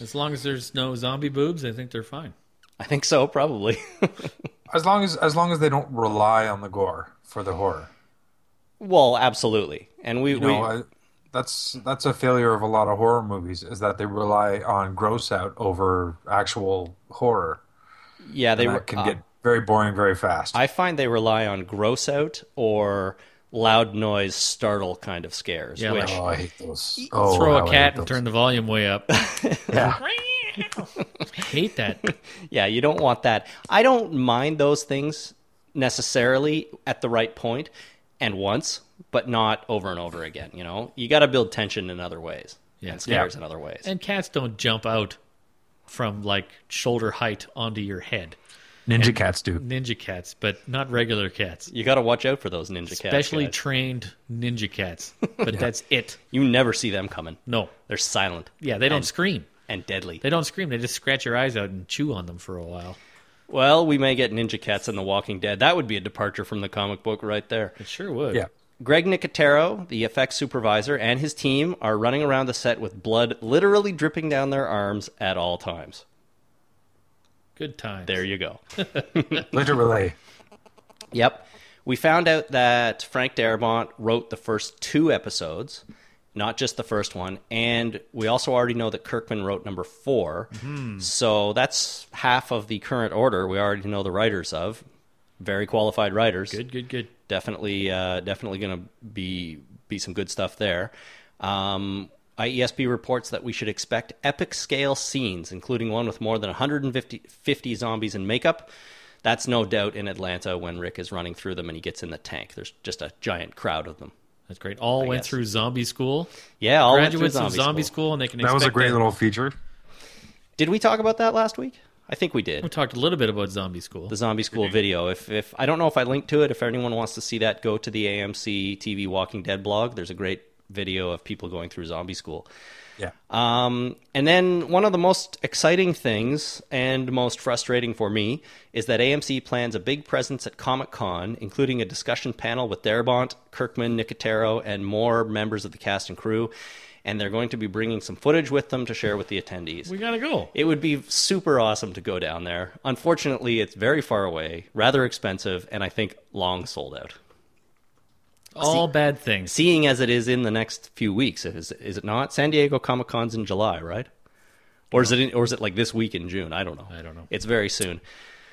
Speaker 2: as long as there's no zombie boobs, I think they're fine.
Speaker 1: I think so, probably. [laughs]
Speaker 3: As long as as long as they don't rely on the gore for the horror.
Speaker 1: Well, absolutely, and we,
Speaker 3: You know,
Speaker 1: we
Speaker 3: I, that's that's a failure of a lot of horror movies is that they rely on gross out over actual horror.
Speaker 1: yeah they
Speaker 3: That
Speaker 1: were.
Speaker 3: can
Speaker 1: uh,
Speaker 3: get very boring very fast.
Speaker 1: I find they rely on gross out or loud noise startle kind of scares.
Speaker 2: Yeah,
Speaker 1: which,
Speaker 3: oh, I hate those. Oh,
Speaker 2: Throw
Speaker 3: how
Speaker 2: a
Speaker 3: I
Speaker 2: cat
Speaker 3: hate
Speaker 2: and
Speaker 3: those.
Speaker 2: turn the volume way
Speaker 3: [laughs]
Speaker 2: up.
Speaker 3: Yeah.
Speaker 2: I hate that.
Speaker 1: yeah, you don't want that. I don't mind those things necessarily at the right point and once, but not over and over again. You know, you got to build tension in other ways
Speaker 2: Yeah.
Speaker 1: and scares in other ways.
Speaker 2: And cats don't jump out from like shoulder height onto your head.
Speaker 3: Ninja cats do.
Speaker 2: Ninja cats, but not regular cats.
Speaker 1: you got to watch out for those ninja cats.
Speaker 2: Specially
Speaker 1: guys.
Speaker 2: trained
Speaker 1: [laughs]
Speaker 2: ninja cats. But that's it.
Speaker 1: you never see them coming.
Speaker 2: No.
Speaker 1: They're silent
Speaker 2: Yeah, they don't scream.
Speaker 1: and deadly.
Speaker 2: They don't scream. They just scratch your eyes out and chew on them for a while.
Speaker 1: Well, we may get Ninja Cats in The Walking Dead. That would be a departure from the comic book right there.
Speaker 2: It sure would.
Speaker 3: Yeah.
Speaker 1: Greg Nicotero, the effects supervisor, and his team are running around the set with blood literally dripping down their arms at all times.
Speaker 2: Good times.
Speaker 1: There you go.
Speaker 3: Literally.
Speaker 1: Yep. We found out that Frank Darabont wrote the first two episodes, not just the first one. And we also already know that Kirkman wrote number 4 So that's half of the current order we already know the writers of. Very qualified writers.
Speaker 2: Good, good, good.
Speaker 1: definitely uh, definitely going to be be some good stuff there. Um, IESB reports that we should expect epic scale scenes, including one with more than 150 50 zombies in makeup. That's no doubt in Atlanta when Rick is running through them and he gets in the tank. There's just a giant crowd of them.
Speaker 2: That's great. All went
Speaker 1: guess.
Speaker 2: through zombie school.
Speaker 1: Yeah, all went through
Speaker 2: Graduates of zombie
Speaker 1: school.
Speaker 2: school. and they can.
Speaker 3: That was a
Speaker 2: expect
Speaker 3: great little feature.
Speaker 1: Did we talk about that last week? I think we did.
Speaker 2: We talked a little bit about zombie school.
Speaker 1: the zombie school video. If if I don't know if I linked to it, if anyone wants to see that, go to the AMC TV Walking Dead blog. There's a great video of people going through zombie school.
Speaker 3: Yeah.
Speaker 1: Um, and then one of the most exciting things and most frustrating for me is that AMC plans a big presence at Comic Con, including a discussion panel with Darabont, Kirkman, Nicotero, and more members of the cast and crew. And they're going to be bringing some footage with them to share with the attendees.
Speaker 2: We gotta go.
Speaker 1: It would be super awesome to go down there. Unfortunately, it's very far away, rather expensive, and I think long sold out.
Speaker 2: All bad things.
Speaker 1: Seeing as it is in the next few weeks, is is it not? San Diego Comic Con's in July, right? Or is it in, or is it like this week in June? I don't know.
Speaker 2: I don't know.
Speaker 1: It's very soon.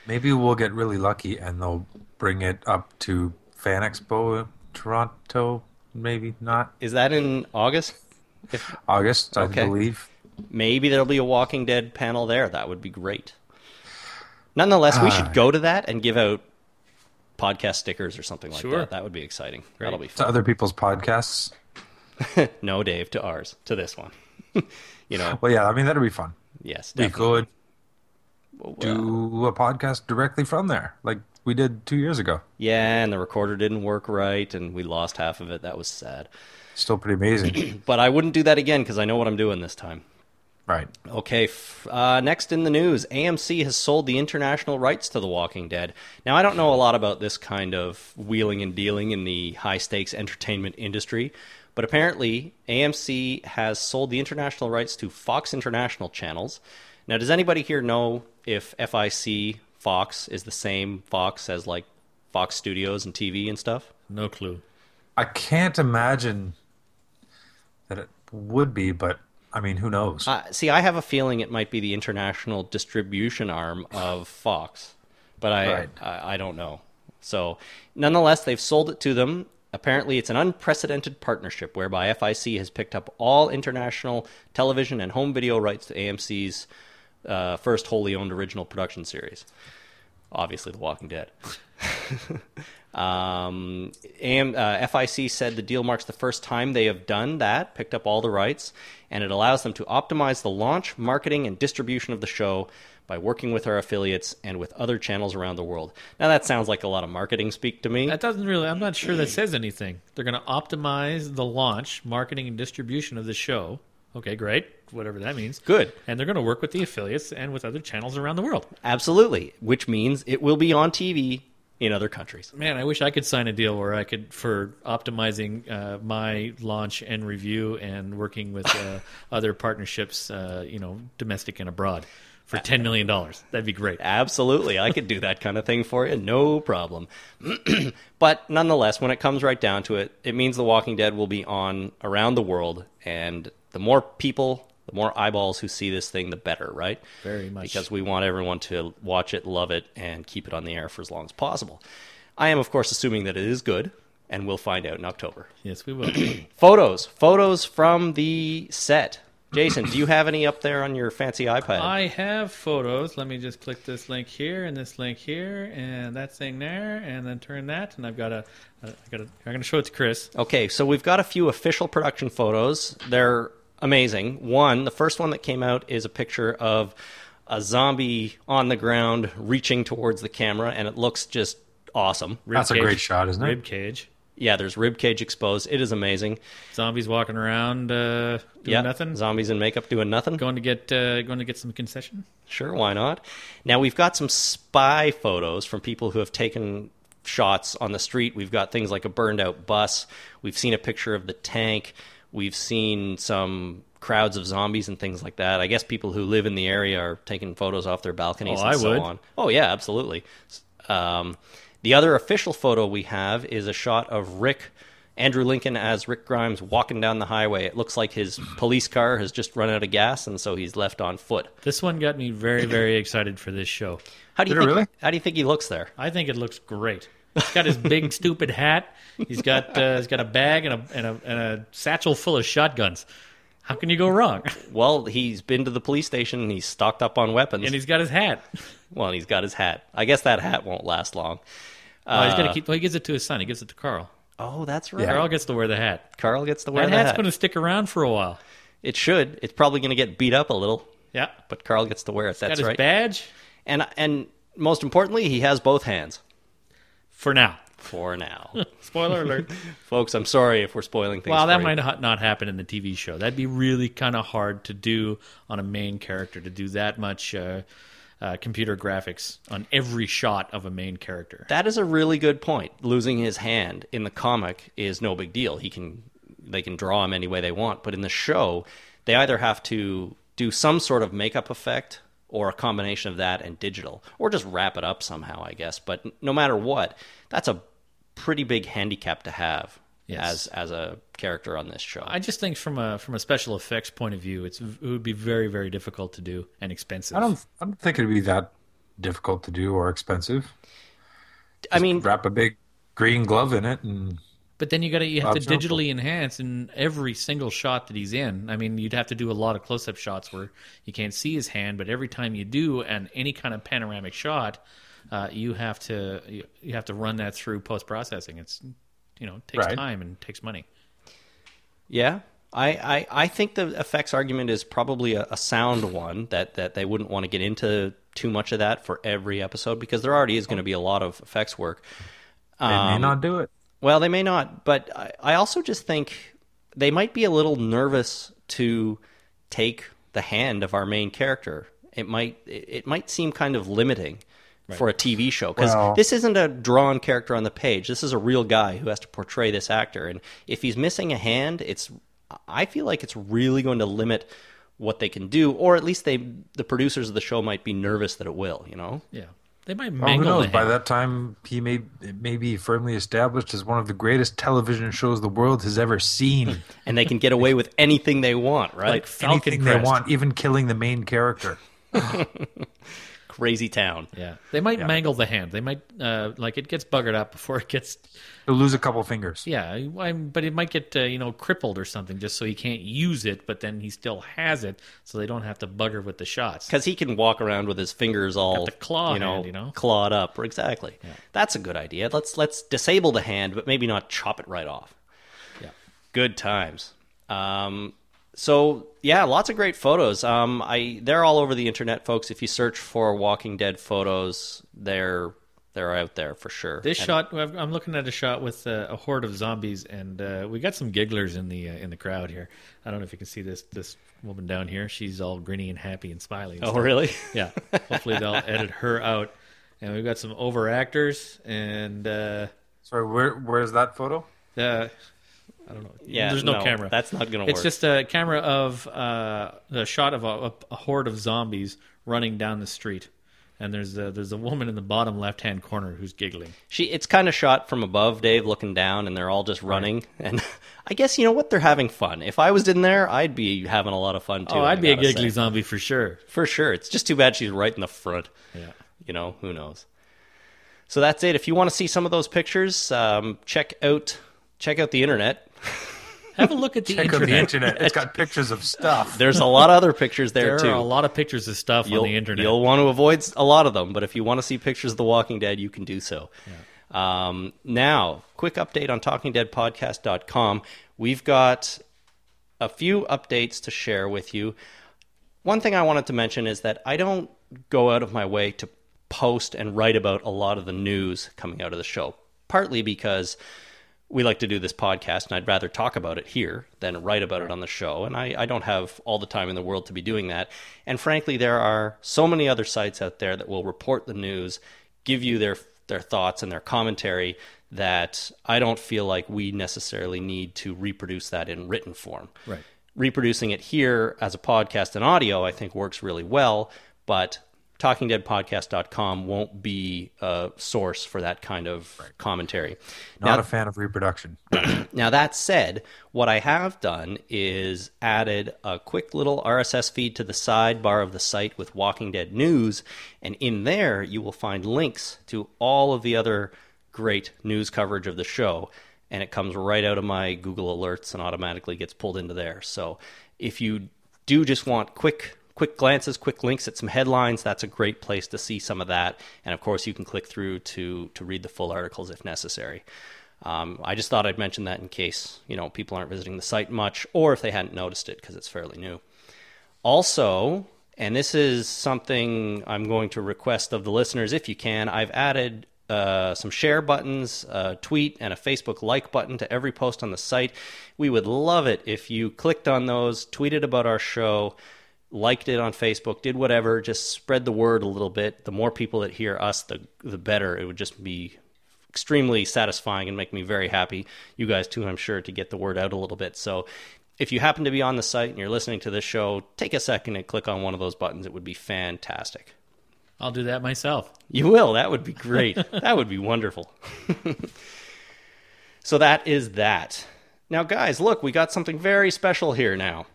Speaker 3: Maybe we'll get really lucky and they'll bring it up to Fan Expo in Toronto. Maybe not
Speaker 1: Is that in August?
Speaker 3: August, I
Speaker 1: Okay.
Speaker 3: believe.
Speaker 1: Maybe there'll be a Walking Dead panel there. That would be great. Nonetheless, we should go to that and give out podcast stickers or something like
Speaker 2: Sure.
Speaker 1: that. That would be exciting. That'll be fun.
Speaker 3: To other people's podcasts.
Speaker 1: No, Dave, to ours, to this one. [laughs] you know,
Speaker 3: Well, yeah, I mean, that'd be fun.
Speaker 1: yes,
Speaker 3: We
Speaker 1: definitely.
Speaker 3: could do a podcast directly from there, like we did two years ago.
Speaker 1: Yeah, and the recorder didn't work right, and we lost half of it. That was sad.
Speaker 3: Still pretty amazing.
Speaker 1: [clears throat] But I wouldn't do that again because I know what I'm doing this time.
Speaker 3: Right.
Speaker 1: Okay, f- uh, next in the news, AMC has sold the international rights to The Walking Dead. Now, I don't know a lot about this kind of wheeling and dealing in the high stakes entertainment industry, but apparently AMC has sold the international rights to Fox International channels. Now, does anybody here know if FIC Fox is the same Fox as like Fox Studios and TV and stuff?
Speaker 2: No clue.
Speaker 3: I can't imagine that it would be, but I mean, who knows?
Speaker 1: Uh, see, I have a feeling it might be the international distribution arm of Fox, but I,
Speaker 3: Right.
Speaker 1: I I don't know. So, nonetheless, they've sold it to them. Apparently, it's an unprecedented partnership whereby FIC has picked up all international television and home video rights to AMC's uh, first wholly owned original production series. Obviously, The Walking Dead. Um, AM, uh, FIC said the deal marks the first time they have done that, picked up all the rights, and it allows them to optimize the launch, marketing, and distribution of the show by working with our affiliates and with other channels around the world. Now, that sounds like a lot of marketing speak to me.
Speaker 2: That doesn't really. I'm not sure that says anything. They're going to optimize the launch, marketing, and distribution of the show. Okay, great. Whatever that means.
Speaker 1: Good.
Speaker 2: And they're going to work with the affiliates and with other channels around the world.
Speaker 1: Absolutely, which means it will be on TV in other countries.
Speaker 2: Man, I wish I could sign a deal where I could for optimizing uh, my launch and review and working with [laughs] uh, other partnerships, uh, you know, domestic and abroad, for ten million dollars. That'd be great.
Speaker 1: Absolutely, I could do that kind of thing for you, no problem. [clears throat] but nonetheless, when it comes right down to it, it means The Walking Dead will be on around the world, and the more people, the more eyeballs who see this thing, the better, right?
Speaker 2: Very much.
Speaker 1: Because we want everyone to watch it, love it, and keep it on the air for as long as possible. I am, of course, assuming that it is good, and we'll find out in October.
Speaker 2: Yes, we will.
Speaker 1: Photos, photos from the set. Jason, do you have any up there on your fancy iPad?
Speaker 2: I have photos. Let me just click this link here and this link here and that thing there, and then turn that. And I've got a, I got a. I'm gonna show it to Chris.
Speaker 1: Okay, so we've got a few official production photos. They're amazing. One, the first one that came out is a picture of a zombie on the ground reaching towards the camera, and it looks just awesome.
Speaker 2: Rib
Speaker 3: That's a
Speaker 2: cage-
Speaker 3: great shot, isn't
Speaker 2: Rib
Speaker 3: it?
Speaker 2: cage.
Speaker 1: Yeah, there's rib cage exposed. It is amazing.
Speaker 2: Zombies walking around, uh, doing
Speaker 1: yeah,
Speaker 2: nothing.
Speaker 1: Zombies in makeup doing nothing.
Speaker 2: Going to get, uh, going to get some concession.
Speaker 1: Sure, why not? Now we've got some spy photos from people who have taken shots on the street. We've got things like a burned out bus. We've seen a picture of the tank. We've seen some crowds of zombies and things like that. I guess people who live in the area are taking photos off their balconies
Speaker 2: Oh,
Speaker 1: and
Speaker 2: I
Speaker 1: so
Speaker 2: would.
Speaker 1: on. Oh yeah, absolutely. Um, the other official photo we have is a shot of Rick Andrew Lincoln as Rick Grimes walking down the highway. It looks like his police car has just run out of gas and so he's left on foot.
Speaker 2: This one got me very, very excited for this show.
Speaker 1: How do you
Speaker 3: Did it
Speaker 1: think,
Speaker 3: really?
Speaker 1: How do you think he looks there?
Speaker 2: I think it looks great. He's got his big
Speaker 3: [laughs]
Speaker 2: stupid hat. He's got uh, he's got a bag and a, and a and a satchel full of shotguns. How can you go wrong?
Speaker 1: Well, he's been to the police station and he's stocked up on weapons.
Speaker 2: And he's got his hat.
Speaker 1: well, and he's got his hat. I guess that hat won't last long.
Speaker 2: Oh, he's got
Speaker 1: Uh,
Speaker 2: to keep. Well, he gives it to his son. He gives it to Carl.
Speaker 1: Oh, that's right.
Speaker 2: Carl gets to wear the hat.
Speaker 1: Carl gets to wear
Speaker 2: that
Speaker 1: the
Speaker 2: hat's
Speaker 1: hat.
Speaker 2: going to stick around for a while.
Speaker 1: It should. It's probably going to get beat up a little,
Speaker 2: Yeah,
Speaker 1: but Carl gets to wear it.
Speaker 2: got
Speaker 1: That's
Speaker 2: his
Speaker 1: right.
Speaker 2: badge
Speaker 1: And and most importantly, he has both hands
Speaker 2: for now.
Speaker 1: for now.
Speaker 2: [laughs] Spoiler alert.
Speaker 1: Folks, I'm sorry if we're spoiling things.
Speaker 2: wow, that
Speaker 1: for you.
Speaker 2: might ha- not happen in the TV show. That'd be really kind of hard to do on a main character to do that much uh, uh, computer graphics on every shot of a main character.
Speaker 1: That is a really good point. Losing his hand in the comic is no big deal. He can they can draw him any way they want, but in the show, they either have to do some sort of makeup effect or a combination of that and digital or just wrap it up somehow, I guess. But n- no matter what, that's a pretty big handicap to have
Speaker 2: Yes.
Speaker 1: as as a character on this show.
Speaker 2: I just think from a from a special effects point of view, it's it would be very very difficult to do and expensive.
Speaker 3: I don't. I don't think it'd be that difficult to do or expensive.
Speaker 1: I mean,
Speaker 3: Wrap a big green glove in it, and
Speaker 2: But then you got to you have to
Speaker 3: Observable.
Speaker 2: digitally enhance in every single shot that he's in. I mean, you'd have to do a lot of close-up shots where you can't see his hand, but every time you do and any kind of panoramic shot, uh, you have to you, you have to run that through post-processing. It's you know, takes
Speaker 3: Right.
Speaker 2: time and takes money.
Speaker 1: Yeah. I, I, I think the effects argument is probably a, a sound one that, that they wouldn't want to get into too much of that for every episode because there already is going to be a lot of effects work.
Speaker 3: they
Speaker 1: Um,
Speaker 3: may not do it.
Speaker 1: Well, they may not, but I, I also just think they might be a little nervous to take the hand of our main character. It might it it might seem kind of limiting for a TV show because
Speaker 3: Well-
Speaker 1: this isn't a drawn character on the page. This is a real guy who has to portray this actor, and if he's missing a hand, it's I feel like it's really going to limit what they can do, or at least they the producers of the show might be nervous that it will. You know,
Speaker 2: Yeah, they might
Speaker 3: Well, Oh, who
Speaker 2: mangle
Speaker 3: knows?
Speaker 2: the
Speaker 3: By
Speaker 2: hand.
Speaker 3: that time, he may it may be firmly established as one of the greatest television shows the world has ever seen.
Speaker 1: [laughs] and they can get away with anything they want, right?
Speaker 2: like Falcon
Speaker 3: Anything they
Speaker 2: Crest.
Speaker 3: want, even killing the main character.
Speaker 1: Crazy town.
Speaker 2: Yeah, they might mangle the hand. They might uh, like it gets buggered up before it gets.
Speaker 3: He'll lose a couple fingers.
Speaker 2: Yeah, I'm, but it might get uh, you know crippled or something just so he can't use it. But then he still has it, so they don't have to bugger with the shots.
Speaker 1: because he can walk around with his fingers all
Speaker 2: the claw
Speaker 1: you know,
Speaker 2: hand, you know?
Speaker 1: clawed up. Exactly. That's a good idea. Let's let's disable the hand, but maybe not chop it right off.
Speaker 2: Yeah.
Speaker 1: Good times. Um, so yeah, lots of great photos. Um, I they're all over the internet, folks. If you search for Walking Dead photos, they're they're out there for sure.
Speaker 2: This shot, I've- I'm looking at a shot with uh, a horde of zombies, and uh, we got some gigglers in the uh, in the crowd here. I don't know if you can see this this woman down here. She's all grinny and happy and smiley. and
Speaker 1: oh
Speaker 2: stuff.
Speaker 1: really?
Speaker 2: Yeah. Hopefully
Speaker 1: [laughs]
Speaker 2: they'll edit her out. And we've got some over actors, and uh,
Speaker 3: Sorry, where where's that photo?
Speaker 2: uh, I don't know.
Speaker 1: Yeah.
Speaker 2: There's no, camera.
Speaker 1: That's not gonna
Speaker 2: It's
Speaker 1: work.
Speaker 2: just a camera of uh, a shot of a, a horde of zombies running down the street, and there's a, there's a woman in the bottom left hand corner who's giggling.
Speaker 1: She, it's kind of shot from above, Dave, looking down, and they're all just running. And [laughs] I guess you know what? They're having fun. If I was in there, I'd be having a lot of fun too.
Speaker 2: Oh,
Speaker 1: I
Speaker 2: I'd be a
Speaker 1: gotta
Speaker 2: giggly
Speaker 1: say.
Speaker 2: zombie for sure.
Speaker 1: for sure. It's just too bad she's right in the front.
Speaker 2: Yeah.
Speaker 1: You know, who knows? So that's it. If you want to see some of those pictures, um, check out check out the internet.
Speaker 2: Have a look at the
Speaker 3: Check out
Speaker 2: internet.
Speaker 3: the internet. It's
Speaker 1: [laughs]
Speaker 3: got pictures of stuff.
Speaker 1: There's a lot of other pictures there,
Speaker 2: There
Speaker 1: too.
Speaker 2: are a lot of pictures of stuff
Speaker 1: you'll,
Speaker 2: on the internet.
Speaker 1: You'll want to avoid a lot of them, but if you want to see pictures of The Walking Dead, you can do so. Um, now, quick update on TalkingDeadPodcast.com. We've got a few updates to share with you. One thing I wanted to mention is that I don't go out of my way to post and write about a lot of the news coming out of the show, partly because we like to do this podcast and I'd rather talk about it here than write about it on the show. And I, I don't have all the time in the world to be doing that. And frankly, there are so many other sites out there that will report the news, give you their their thoughts and their commentary that I don't feel like we necessarily need to reproduce that in written form
Speaker 2: Right.
Speaker 1: reproducing it here as a podcast and audio, I think works really well, but talkingdeadpodcast.com won't be a source for that kind of commentary.
Speaker 3: Not a fan of reproduction.
Speaker 1: Now, that said, what I have done is added a quick little RSS feed to the sidebar of the site with Walking Dead news, and in there you will find links to all of the other great news coverage of the show. And it comes right out of my Google Alerts and automatically gets pulled into there. So if you do just want quick quick glances, quick links at some headlines, that's a great place to see some of that. And of course, you can click through to to read the full articles if necessary. Um, I just thought I'd mention that in case you know people aren't visiting the site much, or if they hadn't noticed it because it's fairly new. Also, and this is something I'm going to request of the listeners if you can, I've added uh, some share buttons, a tweet, and a Facebook like button to every post on the site. We would love it if you clicked on those, tweeted about our show, liked it on Facebook, did whatever, just spread the word a little bit. The more people that hear us, the, the better. It would just be extremely satisfying and make me very happy. You guys too, I'm sure, to get the word out a little bit. So if you happen to be on the site and you're listening to this show, take a second and click on one of those buttons. It would be fantastic.
Speaker 2: I'll do that myself.
Speaker 1: You will. That would be great. that would be wonderful. [laughs] so that is that. Now, guys, look, we got something very special here now.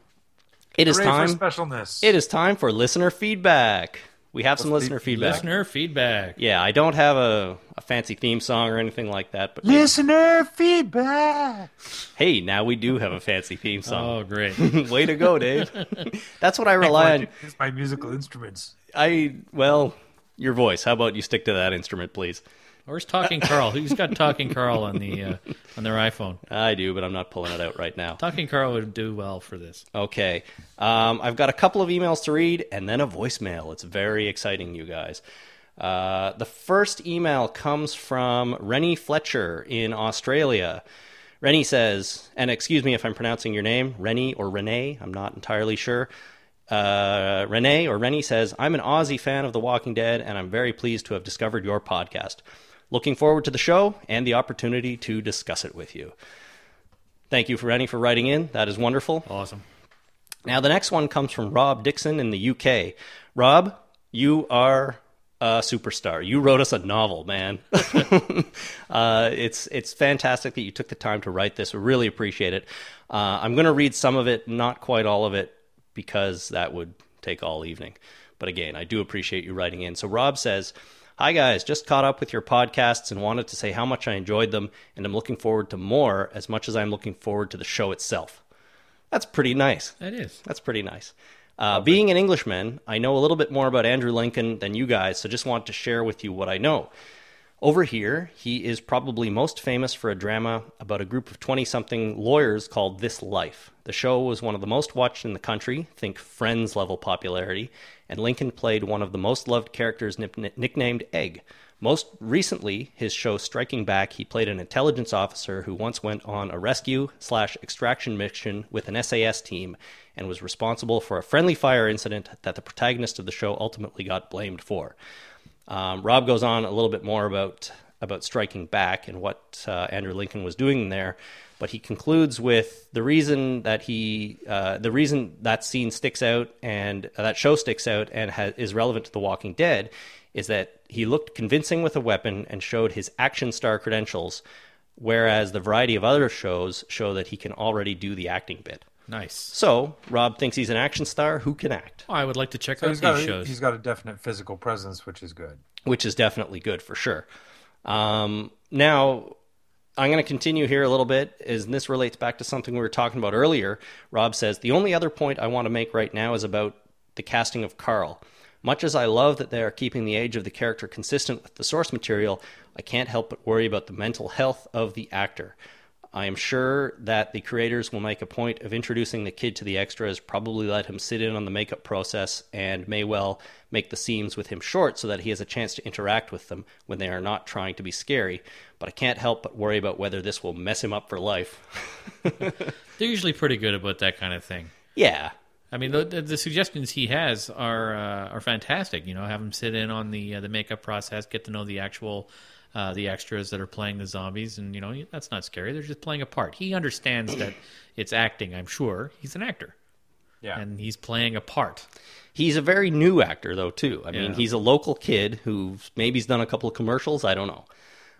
Speaker 1: It is
Speaker 3: Hooray
Speaker 1: time.
Speaker 3: for specialness.
Speaker 1: It is time for listener feedback. We have some listener feedback.
Speaker 2: Listener feedback.
Speaker 1: Yeah, I don't have a, a fancy theme song or anything like that, but
Speaker 3: Listener feedback.
Speaker 1: hey, now we do have a fancy theme song.
Speaker 2: Oh, great.
Speaker 1: [laughs] Way to go, Dave. That's what I rely on.
Speaker 3: Use my musical instruments.
Speaker 1: I well, your voice. How about you stick to that instrument, please?
Speaker 2: Where's Talking Carl? Who's got Talking Carl on the uh, on their iPhone?
Speaker 1: I do, but I'm not pulling it out right now.
Speaker 2: Talking Carl would do well for this.
Speaker 1: Okay. Um, I've got a couple of emails to read and then a voicemail. It's very exciting, you guys. Uh, the first email comes from Rennie Fletcher in Australia. Rennie says, and excuse me if I'm pronouncing your name, Rennie or Renee, I'm not entirely sure. Uh, Renee or Rennie says, I'm an Aussie fan of The Walking Dead, and I'm very pleased to have discovered your podcast. Looking forward to the show and the opportunity to discuss it with you. Thank you, for Rennie, for writing in. That is wonderful.
Speaker 2: Awesome.
Speaker 1: Now, the next one comes from Rob Dixon in the UK. Rob, you are a superstar. You wrote us a novel, man. [laughs] uh, it's it's fantastic that you took the time to write this. We really appreciate it. Uh, I'm going to read some of it, not quite all of it, because that would take all evening. But again, I do appreciate you writing in. So Rob says, Hi guys, just caught up with your podcasts and wanted to say how much I enjoyed them, and I'm looking forward to more as much as I'm looking forward to the show itself. That's pretty nice.
Speaker 2: That is.
Speaker 1: That's pretty nice. Uh, being an Englishman, I know a little bit more about Andrew Lincoln than you guys, so just want to share with you what I know. Over here, he is probably most famous for a drama about a group of 20 something lawyers called This Life. The show was one of the most watched in the country, think Friends level popularity, and Lincoln played one of the most loved characters nip- nicknamed Egg. Most recently, his show Striking Back, he played an intelligence officer who once went on a rescue slash extraction mission with an SAS team and was responsible for a friendly fire incident that the protagonist of the show ultimately got blamed for. Um, Rob goes on a little bit more about about striking back and what uh, Andrew Lincoln was doing there, but he concludes with the reason that he uh, the reason that scene sticks out and uh, that show sticks out and ha- is relevant to The Walking Dead is that he looked convincing with a weapon and showed his action star credentials, whereas the variety of other shows show that he can already do the acting bit.
Speaker 2: Nice.
Speaker 1: So Rob thinks he's an action star who can act.
Speaker 2: Oh, I would like to check
Speaker 3: So
Speaker 2: out these
Speaker 3: he's got, a,
Speaker 2: shows.
Speaker 3: he's got a definite physical presence, which is good.
Speaker 1: which is definitely good for sure. Um, now, I'm going to continue here a little bit, as this relates back to something we were talking about earlier. Rob says The only other point I want to make right now is about the casting of Carl. Much as I love that they are keeping the age of the character consistent with the source material, I can't help but worry about the mental health of the actor. I am sure that the creators will make a point of introducing the kid to the extras, probably let him sit in on the makeup process, and may well make the scenes with him short so that he has a chance to interact with them when they are not trying to be scary. But I can't help but worry about whether this will mess him up for life. [laughs]
Speaker 2: They're usually pretty good about that kind of thing.
Speaker 1: yeah.
Speaker 2: I mean, the, the, the suggestions he has are uh, are fantastic. You know, have him sit in on the uh, the makeup process, get to know the actual uh, the extras that are playing the zombies, and you know that's not scary. They're just playing a part. He understands that it's acting. I'm sure he's an actor,
Speaker 3: Yeah.
Speaker 2: and he's playing a part.
Speaker 1: He's a very new actor, though, too. I mean,
Speaker 2: Yeah.
Speaker 1: he's a local kid who maybe he's done a couple of commercials. I don't know.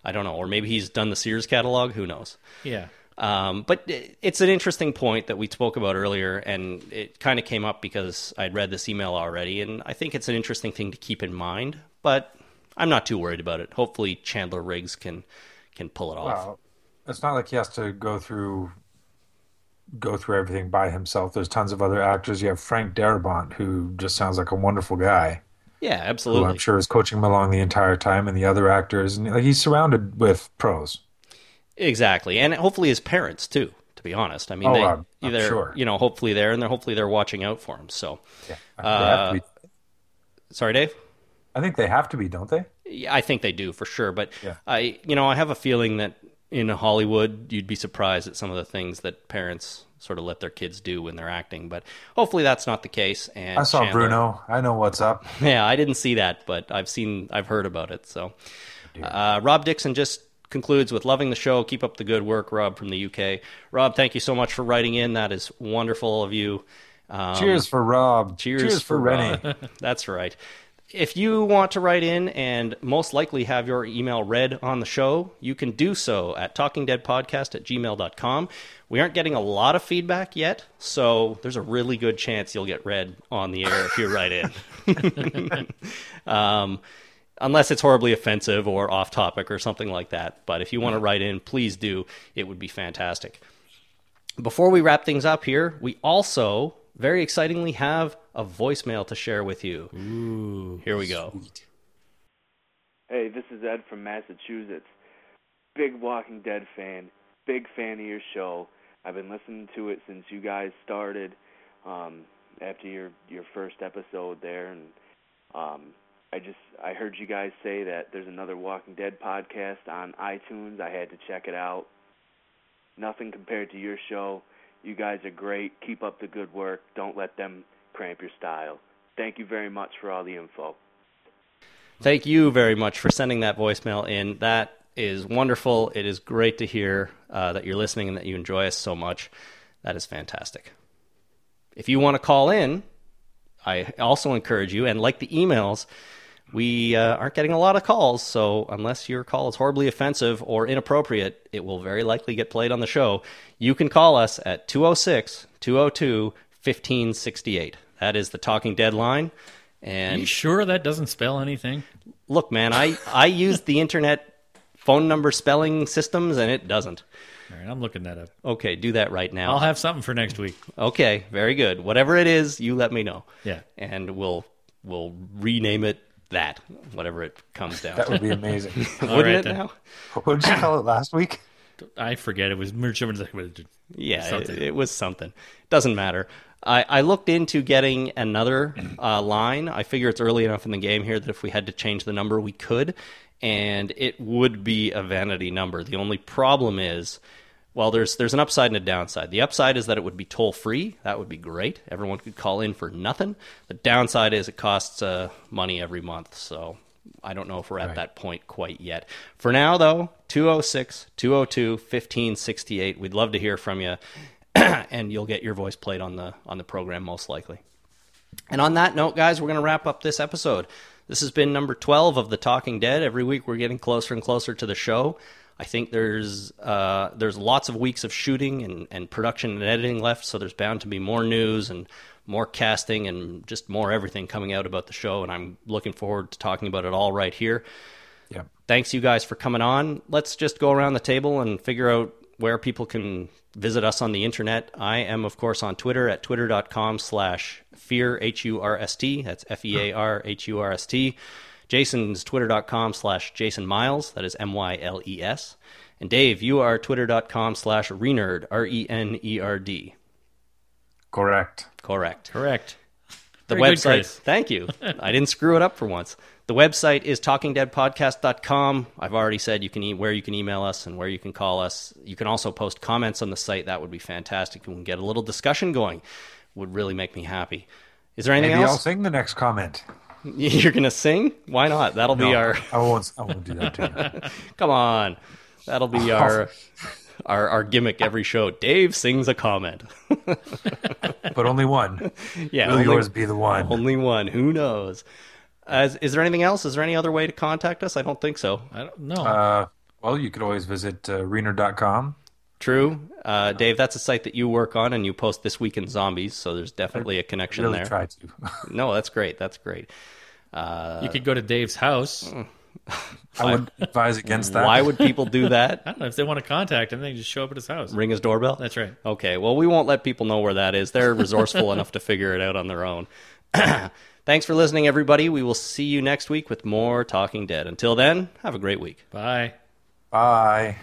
Speaker 1: I don't know. Or maybe he's done the Sears catalog. Who knows?
Speaker 2: Yeah,
Speaker 1: Um, but it- it's an interesting point that we spoke about earlier, and it kind of came up because I'd read this email already, and I think it's an interesting thing to keep in mind. But I'm not too worried about it. Hopefully, Chandler Riggs can can pull it off.
Speaker 3: Well, Uh, it's not like he has to go through go through everything by himself. There's tons of other actors. You have Frank Darabont, who just sounds like a wonderful guy,
Speaker 1: Yeah,
Speaker 3: who
Speaker 1: absolutely.
Speaker 3: I'm sure is coaching him along the entire time, and the other actors, and like he's surrounded with pros.
Speaker 1: Exactly, and hopefully his parents too. To be honest, I mean,
Speaker 3: Oh,
Speaker 1: they,
Speaker 3: I'm- I'm
Speaker 1: they're,
Speaker 3: sure.
Speaker 1: you know, hopefully they're and they're hopefully they're watching out for him. So,
Speaker 3: They have to be-
Speaker 1: sorry, Dave.
Speaker 3: Uh, I think they have to be, don't they?
Speaker 1: Yeah, I think they do for sure. But
Speaker 3: Yeah.
Speaker 1: I, you know, I have a feeling that in Hollywood, you'd be surprised at some of the things that parents sort of let their kids do when they're acting. But hopefully, that's not the case. And
Speaker 3: I saw
Speaker 1: Chandler-
Speaker 3: Bruno. I know what's up.
Speaker 1: Yeah, I didn't see that, but I've seen, I've heard about it. So, uh, Rob Dixon just concludes with loving the show. Keep up the good work, Rob from the UK. Rob, thank you so much for writing in. That is wonderful of you. Um,
Speaker 3: cheers for Rob.
Speaker 1: Cheers,
Speaker 3: for, Rennie.
Speaker 1: Rob. [laughs] That's right. If you want to write in and most likely have your email read on the show, you can do so at talkingdeadpodcast at gmail.com. We aren't getting a lot of feedback yet, so there's a really good chance you'll get read on the air if you write in. [laughs] um, unless it's horribly offensive or off topic or something like that. But if you want to write in, please do. It would be fantastic before we wrap things up here, we also very excitingly have a voicemail to share with you. here we go.
Speaker 4: Hey, this is Ed from Massachusetts. Big Walking Dead fan. Big fan of your show. I've been listening to it since you guys started um after your your first episode there and um I just I heard you guys say that there's another Walking Dead podcast on iTunes. I had to check it out. Nothing compared to your show. You guys are great. Keep up the good work. Don't let them cramp your style. Thank you very much for all the info.
Speaker 1: Thank you very much for sending that voicemail in. That is wonderful. It is great to hear uh, that you're listening and that you enjoy us so much. That is fantastic. If you want to call in, I also encourage you, and like the emails, we uh, aren't getting a lot of calls, so unless your call is horribly offensive or inappropriate, it will very likely get played on the show. You can call us at 206 202 1568. That is the Talking Deadline.
Speaker 2: Are you
Speaker 1: And
Speaker 2: sure that doesn't spell anything?
Speaker 1: look, man, I, I used the internet phone number spelling systems, and it doesn't.
Speaker 2: All right, I'm looking that up.
Speaker 1: Okay, do that right now.
Speaker 2: I'll have something for next week.
Speaker 1: Okay, very good. Whatever it is, you let me know.
Speaker 2: Yeah.
Speaker 1: And we'll we'll rename it that, whatever it comes down
Speaker 3: [laughs] That
Speaker 1: to.
Speaker 3: would
Speaker 1: [laughs]
Speaker 3: be amazing.
Speaker 1: Wouldn't
Speaker 2: right
Speaker 1: it
Speaker 2: then.
Speaker 1: now?
Speaker 3: what did you call it last week?
Speaker 2: I forget. It was
Speaker 1: Yeah, it,
Speaker 2: Something.
Speaker 1: it was something. Doesn't matter. I, I looked into getting another uh, line. I figure it's early enough in the game here that if we had to change the number, we could, and it would be a vanity number. The only problem is, well, there's there's an upside and a downside. The upside is that it would be toll free. That would be great. Everyone could call in for nothing. The downside is it costs uh, money every month. So I don't know if we're at that point quite yet. For now, though, 206 202 1568. We'd love to hear from you, [clears throat] and you'll get your voice played on the, on the program most likely. And on that note, guys, we're going to wrap up this episode. This has been number 12 of The Talking Dead. Every week we're getting closer and closer to the show. I think there's uh, there's lots of weeks of shooting and, and production and editing left, so there's bound to be more news and more casting and just more everything coming out about the show. And I'm looking forward to talking about it all right here
Speaker 3: Yeah.
Speaker 1: thanks you guys for coming on. Let's just go around the table and figure out where people can visit us on the internet. I am, of course, on Twitter at twitter.com slash fear, H-U-R-S-T. That's E F-E-A-R-H-U-R-S-T. Jason's twitter.com slash Jason Miles. That is M-Y-L-E-S. E And Dave, you are twitter.com slash E renerd, R-E-N-E-R-D.
Speaker 3: Correct.
Speaker 1: Correct
Speaker 2: correct.
Speaker 1: the
Speaker 2: Very good,
Speaker 1: website
Speaker 2: Chris.
Speaker 1: thank
Speaker 2: [laughs]
Speaker 1: you i didn't screw it up for once the website is talkingdeadpodcast.com i've already said you can e- where you can email us and where you can call us you can also post comments on the site that would be fantastic we can get a little discussion going would really make me happy is there anything
Speaker 3: Maybe I'll
Speaker 1: else
Speaker 3: sing the next comment.
Speaker 1: [laughs] you're gonna sing why not that'll be
Speaker 3: No,
Speaker 1: our
Speaker 3: I won't. I won't do that to
Speaker 1: [laughs]
Speaker 3: you.
Speaker 1: come on that'll
Speaker 3: [laughs]
Speaker 1: be our our, our gimmick every show dave sings a comment [laughs]
Speaker 3: But only one.
Speaker 1: yeah
Speaker 3: Will
Speaker 1: only-
Speaker 3: yours be the one?
Speaker 1: [laughs] only one who knows As, is there anything else? Is there any other way to contact us? I don't think so.
Speaker 2: I don't know.
Speaker 3: Uh, well, you could always visit uh, Reaner.com.
Speaker 1: True. Uh, Dave, that's a site that you work on and you post This Week in Zombies, so there's definitely a connection
Speaker 3: Really
Speaker 1: there.
Speaker 3: try to. [laughs]
Speaker 1: No, that's great. That's great.
Speaker 2: you could go to Dave's house.
Speaker 3: I would advise against that.
Speaker 1: Why would people do that? [laughs]
Speaker 2: I don't know if they want to contact him. They just show up at his house.
Speaker 1: Ring his doorbell?
Speaker 2: That's right.
Speaker 1: Okay, well, we won't let people know where that is. They're resourceful [laughs] enough to figure it out on their own. [clears throat] Thanks for listening, everybody. We will see you next week with more Talking Dead. Until then, have a great week.
Speaker 2: Bye.
Speaker 3: Bye.